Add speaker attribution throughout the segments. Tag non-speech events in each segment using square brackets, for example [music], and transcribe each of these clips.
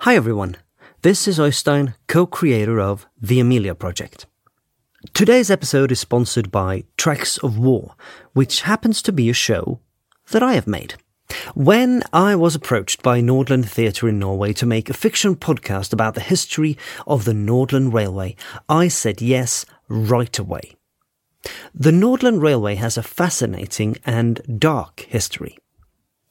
Speaker 1: Hi everyone, this is Oystein, co creator of The Amelia Project. Today's episode is sponsored by Tracks of War, which happens to be a show that I have made. When I was approached by Nordland Theatre in Norway to make a fiction podcast about the history of the Nordland Railway, I said yes right away. The Nordland Railway has a fascinating and dark history.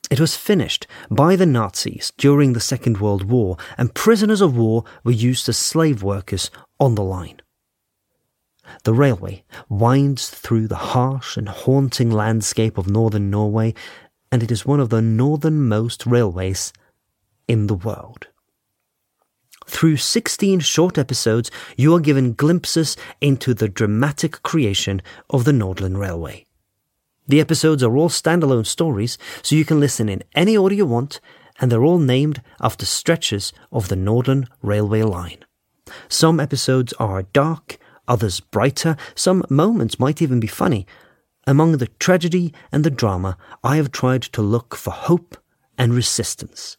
Speaker 1: It was finished by the Nazis during the Second World War, and prisoners of war were used as slave workers on the line. The railway winds through the harsh and haunting landscape of northern Norway, and it is one of the northernmost railways in the world. Through 16 short episodes, you are given glimpses into the dramatic creation of the Nordland Railway. The episodes are all standalone stories, so you can listen in any order you want, and they're all named after stretches of the Northern Railway line. Some episodes are dark, others brighter, some moments might even be funny. Among the tragedy and the drama, I have tried to look for hope and resistance.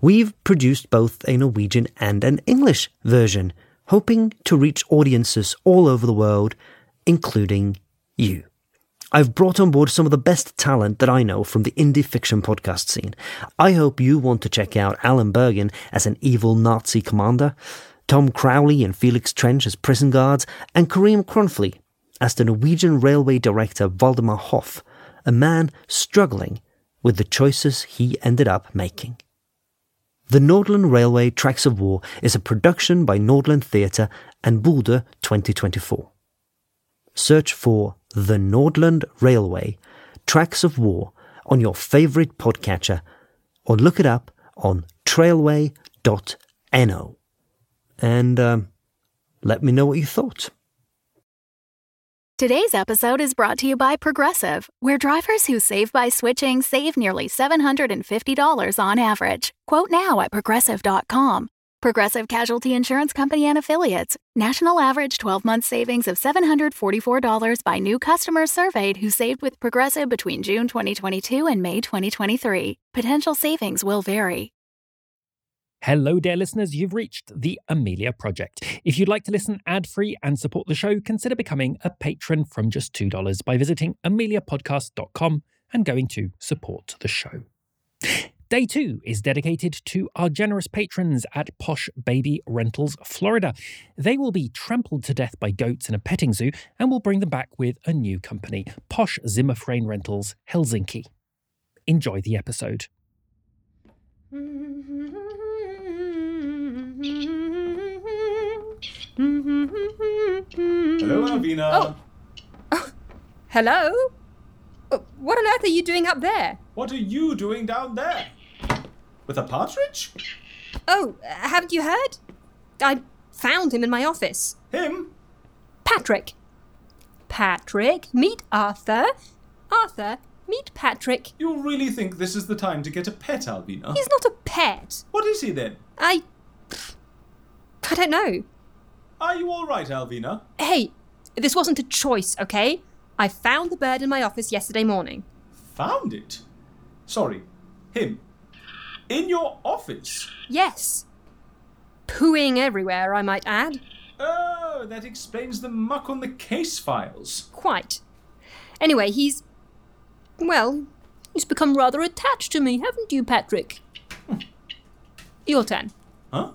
Speaker 1: We've produced both a Norwegian and an English version, hoping to reach audiences all over the world, including you. I've brought on board some of the best talent that I know from the indie fiction podcast scene. I hope you want to check out Alan Bergen as an evil Nazi commander, Tom Crowley and Felix Trench as prison guards, and Kareem Cronfley as the Norwegian railway director Valdemar Hoff, a man struggling with the choices he ended up making. The Nordland Railway Tracks of War is a production by Nordland Theatre and Boulder 2024. Search for The Nordland Railway Tracks of War on your favourite podcatcher or look it up on trailway.no. And um, let me know what you thought.
Speaker 2: Today's episode is brought to you by Progressive, where drivers who save by switching save nearly $750 on average. Quote now at progressive.com. Progressive Casualty Insurance Company and Affiliates. National average 12 month savings of $744 by new customers surveyed who saved with Progressive between June 2022 and May 2023. Potential savings will vary.
Speaker 3: Hello, dear listeners. You've reached the Amelia Project. If you'd like to listen ad free and support the show, consider becoming a patron from just $2 by visiting ameliapodcast.com and going to support the show. Day two is dedicated to our generous patrons at Posh Baby Rentals, Florida. They will be trampled to death by goats in a petting zoo and will bring them back with a new company, Posh Zimmerframe Rentals, Helsinki. Enjoy the episode.
Speaker 4: Hello, Alvina.
Speaker 5: Oh. Hello? Uh, What on earth are you doing up there?
Speaker 4: What are you doing down there? With a partridge?
Speaker 5: Oh, uh, haven't you heard? I found him in my office.
Speaker 4: Him?
Speaker 5: Patrick. Patrick, meet Arthur. Arthur, meet Patrick.
Speaker 4: You really think this is the time to get a pet, Alvina?
Speaker 5: He's not a pet.
Speaker 4: What is he then?
Speaker 5: I. I don't know.
Speaker 4: Are you all right, Alvina?
Speaker 5: Hey, this wasn't a choice, okay? I found the bird in my office yesterday morning.
Speaker 4: Found it. Sorry, him. In your office.
Speaker 5: Yes. Pooing everywhere, I might add.
Speaker 4: Oh, that explains the muck on the case files.
Speaker 5: Quite. Anyway, he's. Well, he's become rather attached to me, haven't you, Patrick? [laughs] Your turn.
Speaker 4: Huh?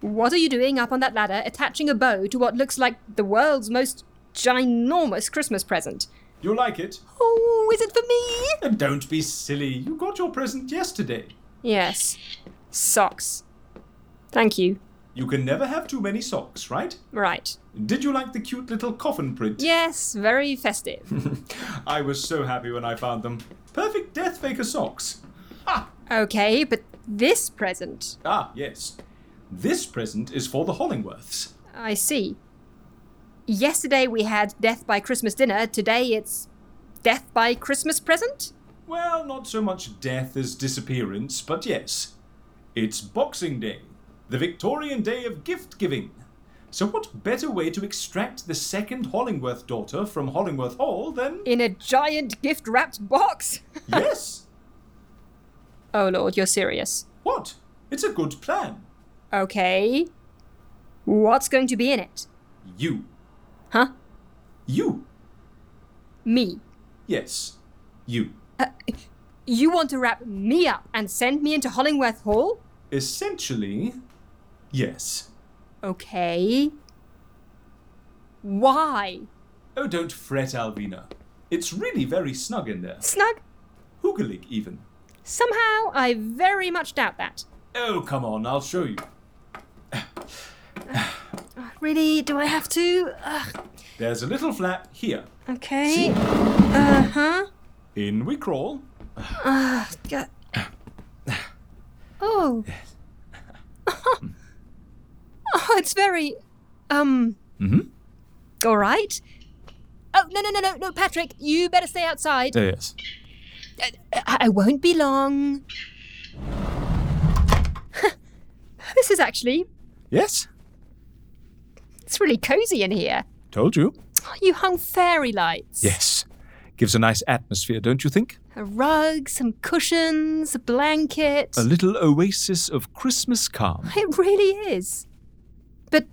Speaker 5: What are you doing up on that ladder, attaching a bow to what looks like the world's most ginormous Christmas present?
Speaker 4: You like it?
Speaker 5: Oh, is it for me?
Speaker 4: And don't be silly. You got your present yesterday.
Speaker 5: Yes. Socks. Thank you.
Speaker 4: You can never have too many socks, right?
Speaker 5: Right.
Speaker 4: Did you like the cute little coffin print?
Speaker 5: Yes, very festive.
Speaker 4: I was so happy when I found them. Perfect death faker socks. Ha!
Speaker 5: okay, but this present.
Speaker 4: Ah, yes. This present is for the Hollingworths.
Speaker 5: I see. Yesterday we had death by Christmas dinner, today it's death by Christmas present?
Speaker 4: Well, not so much death as disappearance, but yes. It's Boxing Day, the Victorian day of gift giving. So, what better way to extract the second Hollingworth daughter from Hollingworth Hall than.
Speaker 5: [laughs] In a giant gift wrapped box? [laughs]
Speaker 4: yes!
Speaker 5: Oh lord, you're serious.
Speaker 4: What? It's a good plan.
Speaker 5: Okay. What's going to be in it?
Speaker 4: You.
Speaker 5: Huh?
Speaker 4: You.
Speaker 5: Me.
Speaker 4: Yes. You.
Speaker 5: You want to wrap me up and send me into Hollingworth Hall?
Speaker 4: Essentially, yes.
Speaker 5: Okay. Why?
Speaker 4: Oh, don't fret, Alvina. It's really very snug in there.
Speaker 5: Snug?
Speaker 4: Hoogalig, even.
Speaker 5: Somehow, I very much doubt that.
Speaker 4: Oh, come on, I'll show you.
Speaker 5: Really? Do I have to? Ugh,
Speaker 4: There's a little flap here.
Speaker 5: okay. Uh huh.
Speaker 4: In we crawl.
Speaker 5: Oh. [laughs] oh, it's very. Um. Mm-hmm. All right. Oh, no, no, no, no, no, Patrick, you better stay outside.
Speaker 4: Yes.
Speaker 5: I, I won't be long. [laughs] this is actually.
Speaker 4: Yes.
Speaker 5: It's really cozy in here.
Speaker 4: Told you.
Speaker 5: You hung fairy lights.
Speaker 4: Yes. Gives a nice atmosphere, don't you think?
Speaker 5: A rug, some cushions, a blanket.
Speaker 4: A little oasis of Christmas calm.
Speaker 5: It really is. But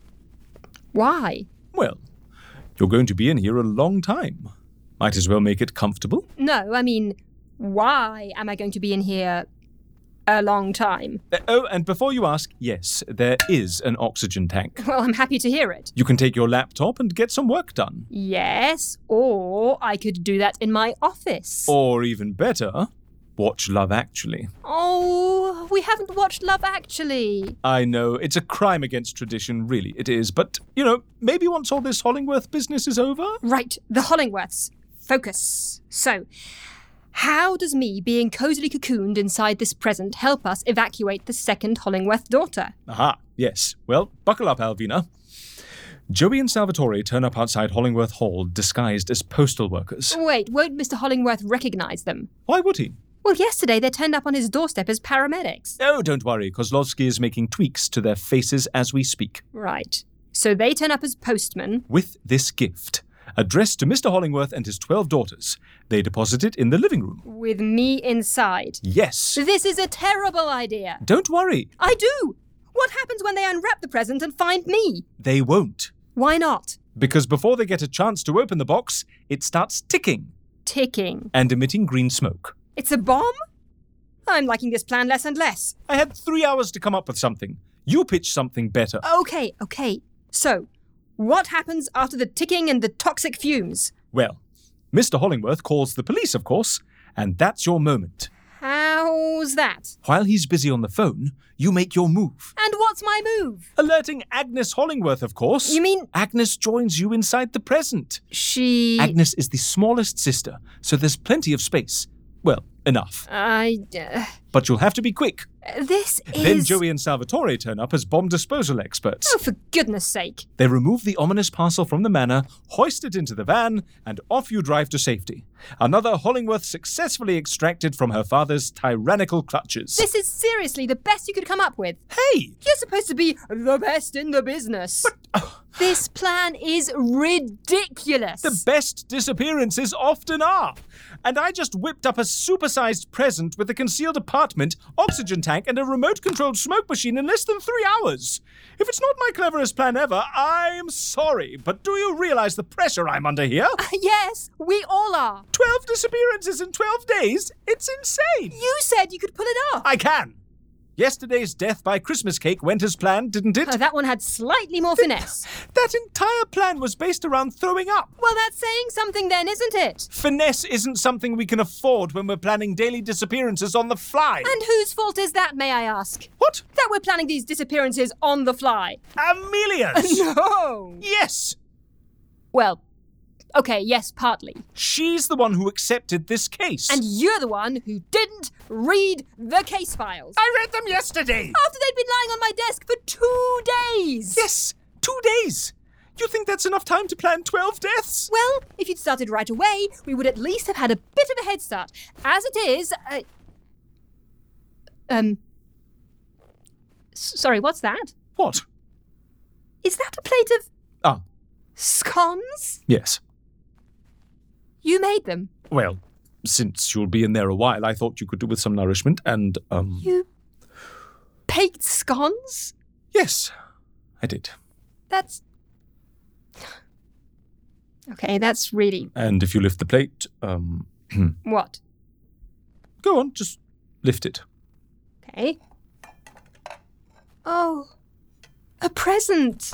Speaker 5: why?
Speaker 4: Well, you're going to be in here a long time. Might as well make it comfortable.
Speaker 5: No, I mean, why am I going to be in here a long time? [laughs]
Speaker 4: Uh, oh, and before you ask, yes, there is an oxygen tank.
Speaker 5: Well, I'm happy to hear it.
Speaker 4: You can take your laptop and get some work done.
Speaker 5: Yes, or I could do that in my office.
Speaker 4: Or even better, watch Love Actually.
Speaker 5: oh, we haven't watched Love Actually.
Speaker 4: I know, it's a crime against tradition, really, it is, but, you know, maybe once all this Hollingworth business is over?
Speaker 5: Right, the Hollingworths. Focus. So, how does me being cosily cocooned inside this present help us evacuate the second Hollingworth daughter?
Speaker 4: Aha, yes. Well, buckle up, Alvina. Joey and Salvatore turn up outside Hollingworth Hall disguised as postal workers.
Speaker 5: Wait, won't Mr. Hollingworth recognize them?
Speaker 4: Why would he?
Speaker 5: Well, yesterday they turned up on his doorstep as paramedics.
Speaker 4: Oh, don't worry, Kozlovsky is making tweaks to their faces as we speak.
Speaker 5: Right. So they turn up as postmen.
Speaker 4: With this gift, addressed to Mr. Hollingworth and his 12 daughters, they deposit it in the living room.
Speaker 5: with me inside.
Speaker 4: Yes.
Speaker 5: This is a terrible idea.
Speaker 4: Don't worry,
Speaker 5: I do. What happens when they unwrap the present and find me?
Speaker 4: they won't.
Speaker 5: Why not?
Speaker 4: Because before they get a chance to open the box, it starts ticking
Speaker 5: Ticking.
Speaker 4: and emitting green smoke.
Speaker 5: It's a bomb? I'm liking this plan less and less.
Speaker 4: I had three hours to come up with something. You pitch something better.
Speaker 5: Okay, okay. So, what happens after the ticking and the toxic fumes?
Speaker 4: Well, Mr. Hollingworth calls the police, of course, and that's your moment.
Speaker 5: How's that?
Speaker 4: While he's busy on the phone, you make your move.
Speaker 5: And what's my move?
Speaker 4: Alerting Agnes Hollingworth, of course.
Speaker 5: You mean-
Speaker 4: Agnes joins you inside the present.
Speaker 5: She.
Speaker 4: Agnes is the smallest sister, so there's plenty of space. Well, enough.
Speaker 5: I. Uh,
Speaker 4: But you'll have to be quick.
Speaker 5: this is.
Speaker 4: Then Joey and Salvatore turn up as bomb disposal experts.
Speaker 5: Oh, for goodness sake.
Speaker 4: They remove the ominous parcel from the manor, hoist it into the van, and off you drive to safety. Another Hollingworth successfully extracted from her father's tyrannical clutches.
Speaker 5: This is seriously the best you could come up with.
Speaker 4: Hey!
Speaker 5: You're supposed to be the best in the business.
Speaker 4: uh,
Speaker 5: this plan is ridiculous.
Speaker 4: The best disappearances often are. And I just whipped up a supersized present with a concealed apartment, oxygen tank, and a remote controlled smoke machine in less than three hours. If it's not my cleverest plan ever, I'm sorry, but do you realize the pressure I'm under here?
Speaker 5: Uh, [laughs] yes, we all are.
Speaker 4: 12 disappearances in 12 days? It's insane!
Speaker 5: You said you could pull it off.
Speaker 4: I can! Yesterday's death by Christmas cake went as planned, didn't it?
Speaker 5: Oh, that one had slightly more finesse.
Speaker 4: that entire plan was based around throwing up.
Speaker 5: well, that's saying something then, isn't it?
Speaker 4: Finesse isn't something we can afford when we're planning daily disappearances on the fly.
Speaker 5: And whose fault is that, may I ask?
Speaker 4: what?
Speaker 5: That we're planning these disappearances on the
Speaker 4: [laughs]
Speaker 5: fly.
Speaker 4: Amelia's!
Speaker 5: No.
Speaker 4: yes!
Speaker 5: Well, okay, yes, partly.
Speaker 4: She's the one who accepted this case.
Speaker 5: And you're the one who didn't read the case files.
Speaker 4: I read them yesterday!
Speaker 5: After they'd been lying on my desk for two days.
Speaker 4: yes! Two days! You think that's enough time to plan 12 deaths?
Speaker 5: Well, if you'd started right away, we would at least have had a bit of a head start. As it is, uh, um, s- sorry, what's that?
Speaker 4: What?
Speaker 5: Is that a plate of
Speaker 4: Ah,
Speaker 5: scones?
Speaker 4: yes.
Speaker 5: You made them.
Speaker 4: Well, since you'll be in there a while, I thought you could do with some nourishment and, um.
Speaker 5: You baked scones?
Speaker 4: Yes, I did.
Speaker 5: That's. Okay, that's really.
Speaker 4: And if you lift the plate, um,
Speaker 5: What?
Speaker 4: go on, just lift it.
Speaker 5: Okay. Oh, a present!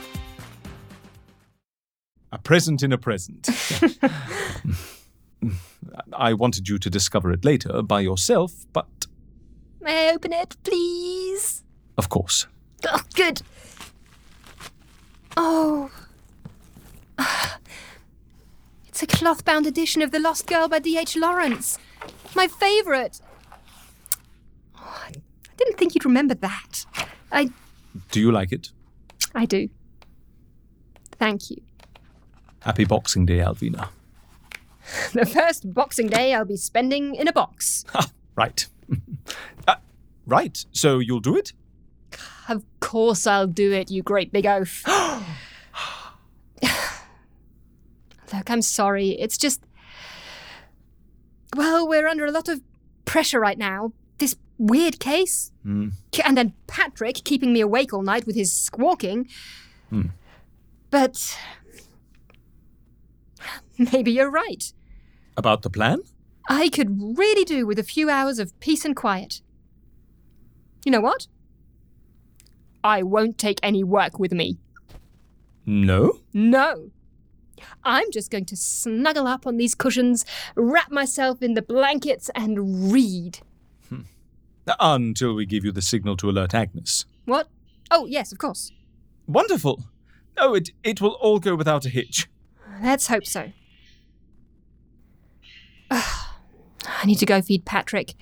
Speaker 4: A present in a present. [laughs] I wanted you to discover it later by yourself, but
Speaker 5: May I open it, please?
Speaker 4: of course.
Speaker 5: Oh, good. Oh. [sighs] It's a cloth bound edition of The Lost Girl by D.H. Lawrence. My favourite. Oh, I I didn't think you'd remember that. I,
Speaker 4: Do you like it?
Speaker 5: I do. Thank you. [laughs]
Speaker 4: Happy Boxing Day, Alvina.
Speaker 5: The first Boxing Day I'll be spending in a box.
Speaker 4: Right. [laughs] uh, right, so you'll do it?
Speaker 5: Of course I'll do it, you great big oaf. Look, I'm sorry. It's just. Well, we're under a lot of pressure right now. This weird case. K- And then Patrick keeping me awake all night with his squawking. But. Maybe you're right.
Speaker 4: About the plan?
Speaker 5: I could really do with a few hours of peace and quiet. You know what? I won't take any work with me.
Speaker 4: No.
Speaker 5: No. I'm just going to snuggle up on these cushions, wrap myself in the blankets, and read.
Speaker 4: Until we give you the signal to alert Agnes.
Speaker 5: What? Oh, yes, of course.
Speaker 4: Wonderful. Oh, it, it will all go without a hitch.
Speaker 5: Let's hope so. [sighs] Ugh. I need to go feed Patrick.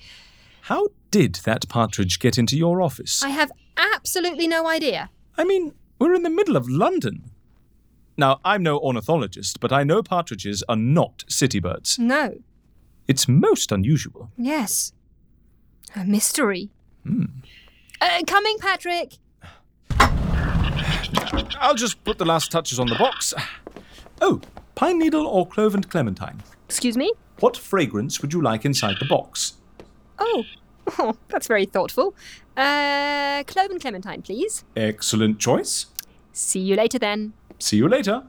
Speaker 4: How did that partridge get into your office?
Speaker 5: I have absolutely no idea.
Speaker 4: I mean, we're in the middle of London. Now, I'm no ornithologist, but I know partridges are not city birds.
Speaker 5: No.
Speaker 4: It's most unusual.
Speaker 5: Yes. A mystery.
Speaker 4: Hmm.
Speaker 5: Uh, coming, Patrick.
Speaker 4: I'll just put the last touches on the box. Oh, pine needle or clove and clementine?
Speaker 5: Excuse me?
Speaker 4: What fragrance would you like inside the box?
Speaker 5: Oh. [laughs] oh that's very thoughtful. Uh, Clove and Clementine, please.
Speaker 4: Excellent choice.
Speaker 5: See you later then.
Speaker 4: See you later.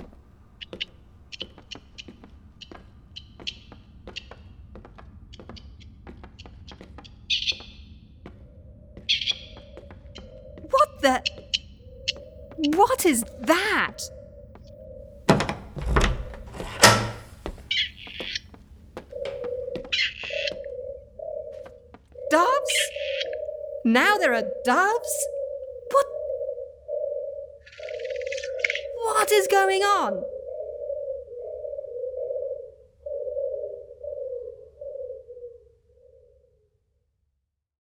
Speaker 5: What the? What is that? Doves? Now there are doves? What? What is going on?